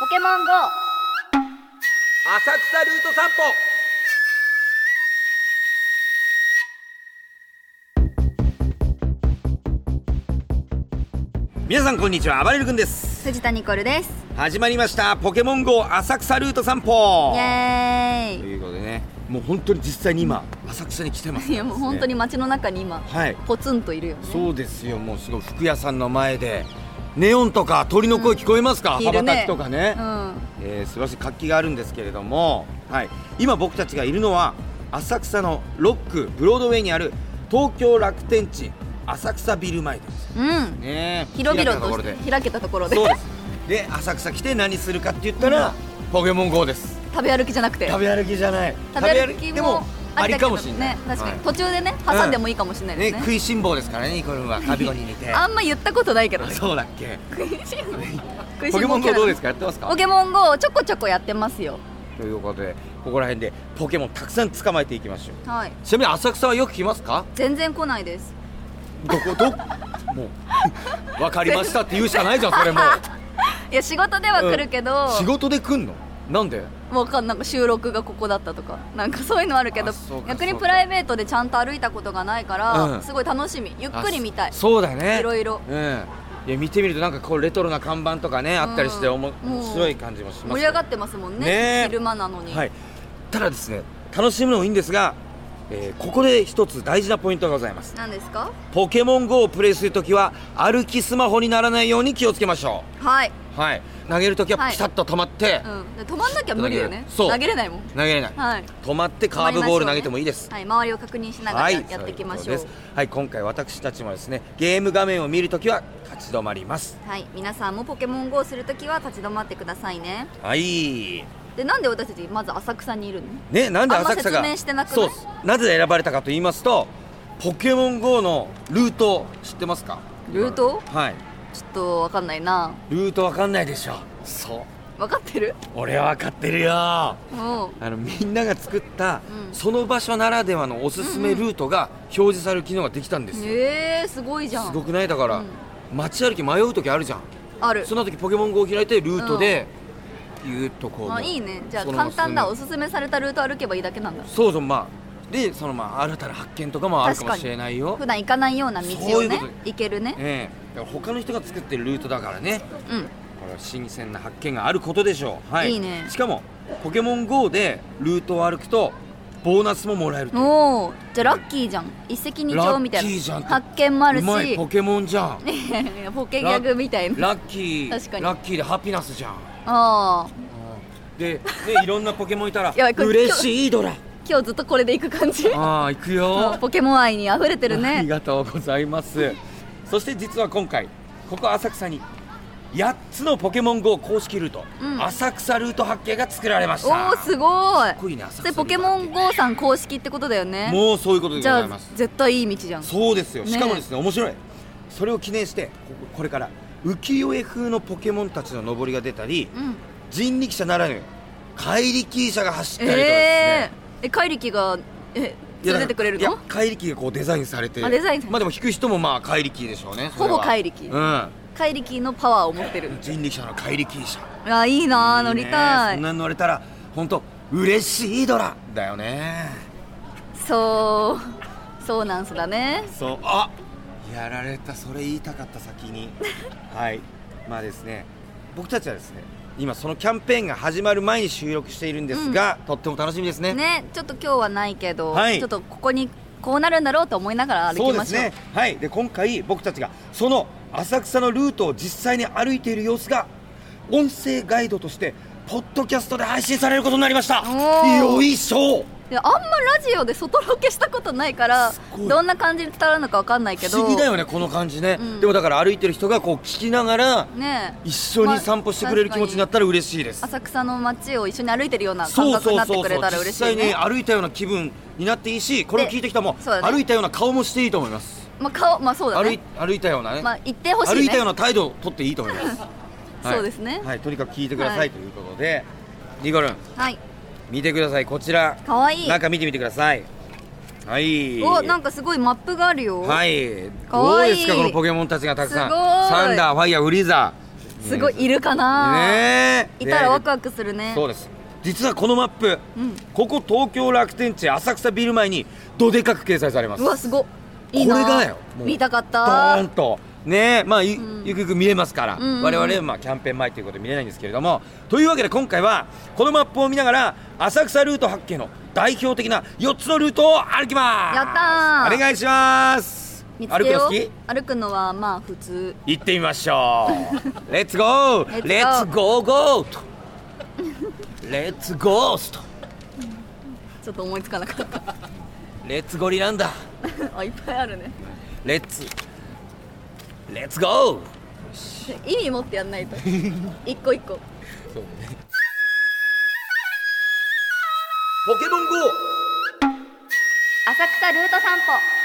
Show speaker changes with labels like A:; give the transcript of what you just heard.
A: ポケモン GO
B: 浅草ルート散歩皆さんこんにちはあばれる君です
A: 藤田ニコルです
B: 始まりましたポケモン GO 浅草ルート散
A: イ
B: 歩
A: エー
B: ということでねもう本当に実際に今浅草に来てます
A: イ いやもう本当に街の中に今
B: はい
A: ポツンといるよね
B: そうですよもうすごい服屋さんの前でネオンとか鳥の声聞こえますか、
A: うん
B: 羽ば
A: いるね
B: たきとかね、
A: うん
B: えー素晴らしい活気があるんですけれども、はい、今僕たちがいるのは浅草のロックブロードウェイにある東京楽天地浅草ビル前です
A: うん
B: ね
A: 広々
B: 開けたとことろで
A: して開けたところで
B: そうですで浅草来て何するかって言ったら、ポケモン GO です
A: 食べ歩きじゃなくて
B: 食べ歩きじゃない
A: 食べ歩き
B: でも
A: もり
B: あり
A: だけ
B: か
A: ど
B: もしれない、
A: ね確かに
B: は
A: 途中でね挟んでもいいかもしれない
B: い
A: で
B: ね
A: す
B: 食
A: ね
B: いしん坊ですからねニコル ンは旅に似て
A: あんま言ったことないけどね
B: そうだっけ
A: 食いしん坊食いしん坊
B: ポケモン GO どうで
A: か
B: すかやってますか
A: ポケモン GO ちょこちょこやってますよ
B: ということでここら辺でポケモンたくさん捕まえていきましょう
A: はい
B: ちなみに浅草はよく来ますか
A: 全然来ないです
B: どこど もうわかりましたって言うしかないじゃんそ れもう
A: いや仕事では来るけど、
B: 仕事で来んのなんで
A: わかんなんか収録がここだったとかなんかそういうのあるけど
B: あそうか
A: 逆に
B: そう
A: プ
B: か
A: ライベートでちゃんと歩いたことがないから、
B: うん
A: すごい楽しみゆっくり見たい
B: あそそうだね
A: いろいろ
B: うんいや見てみるとなんかこうレトロな看板とかねあったりしておも
A: うん
B: 面白い感じもします
A: 盛り上が
B: っ
A: ってますもん
B: ね
A: ね
B: え
A: 昼間なのに、
B: はいただですね楽しむのもいいんですが、えーここで一つ大事なポイントがございます
A: 何ですか
B: ポケモン GO をプレイするときは歩きスマホにならないように気をつけましょ
A: はい、
B: うはい投げるとき
A: は
B: はいピタッと止まって、
A: うん、で止まんなきゃ無理よね
B: そう
A: 投げれないもん
B: 投げれない、
A: はい
B: 止まってカーブボール投げてもいいです
A: はい、周りを確認しながらやっていきましょう
B: そういうことですはい今回私たちもですねゲーム画面を見るときは立ち止まります
A: はい、皆さんもポケモン GO するときは立ち止まってくださいね
B: はい
A: でなんで私たちまず浅草にいるの
B: ねなんで浅草
A: あ
B: が
A: んま説明してなくない
B: そうですなぜ選ばれたかと言いますとポケモン GO のルート知ってますか
A: ルート
B: はい
A: ちょっとわかんないな
B: ルートわかんないでしょそう
A: 分かってる
B: 俺はわかってるよあ
A: もう
B: のみんなが作った、
A: うん
B: その場所ならではのおすすめルートが表示される機能ができたんですよ、
A: えー、すごいじゃん
B: すごくないだから、
A: うん
B: 街歩き迷う時あるじゃん
A: ある
B: そんな時ポケモン GO を開いてルートで言うとこうも
A: あ
B: う
A: いいねじゃあ
B: そのま
A: 簡
B: ま
A: 単だお
B: 進んです
A: すめされたルート歩けばいいだけなんだ
B: そうそうまあでそのまあ新たな発見とかもあるかもしれないよ
A: 普段行かないような道
B: そ
A: を
B: ういう
A: ね
B: こと
A: 行けるね
B: ええだから他の人が作ってるルートだからね
A: うん
B: これは新鮮な発見があることでしょうはい
A: いいね
B: しかもポケモン GO でルートを歩くとボーナスももらえる
A: おおじゃあラッキーじゃん一石二鳥みたい
B: ラッキーじゃん
A: な発見もある
B: う
A: し
B: まいポケモンじゃん
A: ポケギャグみたいな
B: ラッキー
A: 確かに
B: ラッキーでハピナスじゃん
A: ああ
B: で、ね、いろんなポケモンいたら
A: やば いこれ
B: 嬉しいドラ
A: 今日ずっとこれで行く感 じ
B: ああ行くよ
A: もうポケモン愛に溢れてる
B: あり
A: ね
B: がとうございますそして実は今回ここ浅草に8つのポケモン GO 公式ルート、
A: うん
B: 浅草ルート発見が作られまし
A: お
B: た
A: おすごい
B: っこいいね浅
A: そ
B: 草
A: れ
B: ルート
A: ポケモン GO さん公式ってことだよね
B: もうそういうことで
A: じ
B: ござ
A: ゃ
B: い
A: あ
B: ます
A: 絶対いい道じゃん
B: そうですよ
A: ね
B: しかもですね面白いそれを記念してこここれから浮世絵風のポケモンたちの上りが出たり
A: うん
B: 人力車ならぬ怪力車が走ったりとかです
A: え
B: ね、
A: ー、え怪力がえ
B: いや
A: 連れてくれる
B: いや
A: の
B: 怪力がこうデザインされて
A: あデザインされて
B: まあでも弾く人もまあ怪力でしょうねそれは
A: ほぼ怪力
B: うん
A: 怪力のパワーを持ってる
B: 人力車の怪力車
A: あいいなあ乗りた
B: ねそ
A: い
B: んなに乗れたら本当嬉しいドラだよね
A: そうそうなんすだね
B: そうあやられたそれ言いたかった先 にはいまあですね僕たちはですね今そのキャンペーンが始まる前に収録しているんですが、とっても楽しみですね
A: ねちょっと今日はないけど、
B: はい
A: ちょっとここにこうなるんだろうと思いながら歩
B: そう
A: き
B: で
A: ますしょう
B: ねはいで今回僕たちがその浅草のルートを実際に歩いている様子が音声ガイドとしてポッドキャストで配信されることになりました
A: おー
B: よいしょ
A: いやあんまラジオで外ロケしたことないから
B: すごい
A: どんな感じで伝わるのかわかんないけど
B: 不思議だよねこの感じね、
A: うん
B: でもだから歩いてる人がこう聞きながら
A: ねえ
B: 一緒に散歩してくれる気持ちになったら嬉しいです、
A: 浅草の街を一緒に歩いてるような感
B: そう
A: 覚に
B: そ
A: な
B: う
A: って
B: そ
A: く
B: うそ
A: れ
B: う
A: たら
B: 実
A: 嬉しい
B: 際に
A: ね
B: 歩いたような気分になっていいしこれを聞いてきた人も、
A: そうだね
B: 歩いたような顔もしていいと思います、
A: まあ顔まあそうだ
B: 歩
A: ね
B: い歩いたようなね、
A: まあ行ってほしいね
B: 歩いたような態度をとっていいと思います、はい
A: そうですね
B: はい、とにかく聞いてくださ
A: はいい
B: ということで、ニコルン
A: はい
B: 見てくださいこちら
A: かわいい
B: 中見てみてくださいはい
A: おなんかすごいマップがあるよ
B: はい
A: かわいい
B: どうですかこのポケモンたちがたくさん
A: すごい
B: サンダーファイヤーフリーザー
A: すごいいるかな、
B: ねえ
A: いたらワク
B: ワ
A: ワクするね
B: そうです実はこのマップ、
A: うん
B: ここ東京楽天地浅草ビル前にどでかく掲載されます
A: うわすごっいいな
B: これがよもう
A: 見たかっ
B: ドーン
A: た
B: とねえまあ、い
A: うん
B: ゆくゆく見れますから、
A: うんうんうん
B: 我々はまあキャンペーン前ということで見れないんですけれどもというわけで今回はこのマップを見ながら浅草ルート発見の代表的な4つのルートを歩きます
A: やったー
B: お願いします
A: 見つ
B: 歩
A: け
B: くの
A: よ
B: 好き
A: う歩くのはまあ普通
B: 行ってみましょ うレッツゴーレ
A: レ
B: ッ
A: ッ
B: ツ
A: ツ
B: ゴーゴーとレッツゴースト
A: ちょっと思いつかなかった
B: レッツゴリランダ
A: あいっぱいあ るね
B: レッツレッツゴー
A: 意味持ってやんないと一個一個
B: ポケモン GO
A: 浅草ルート散歩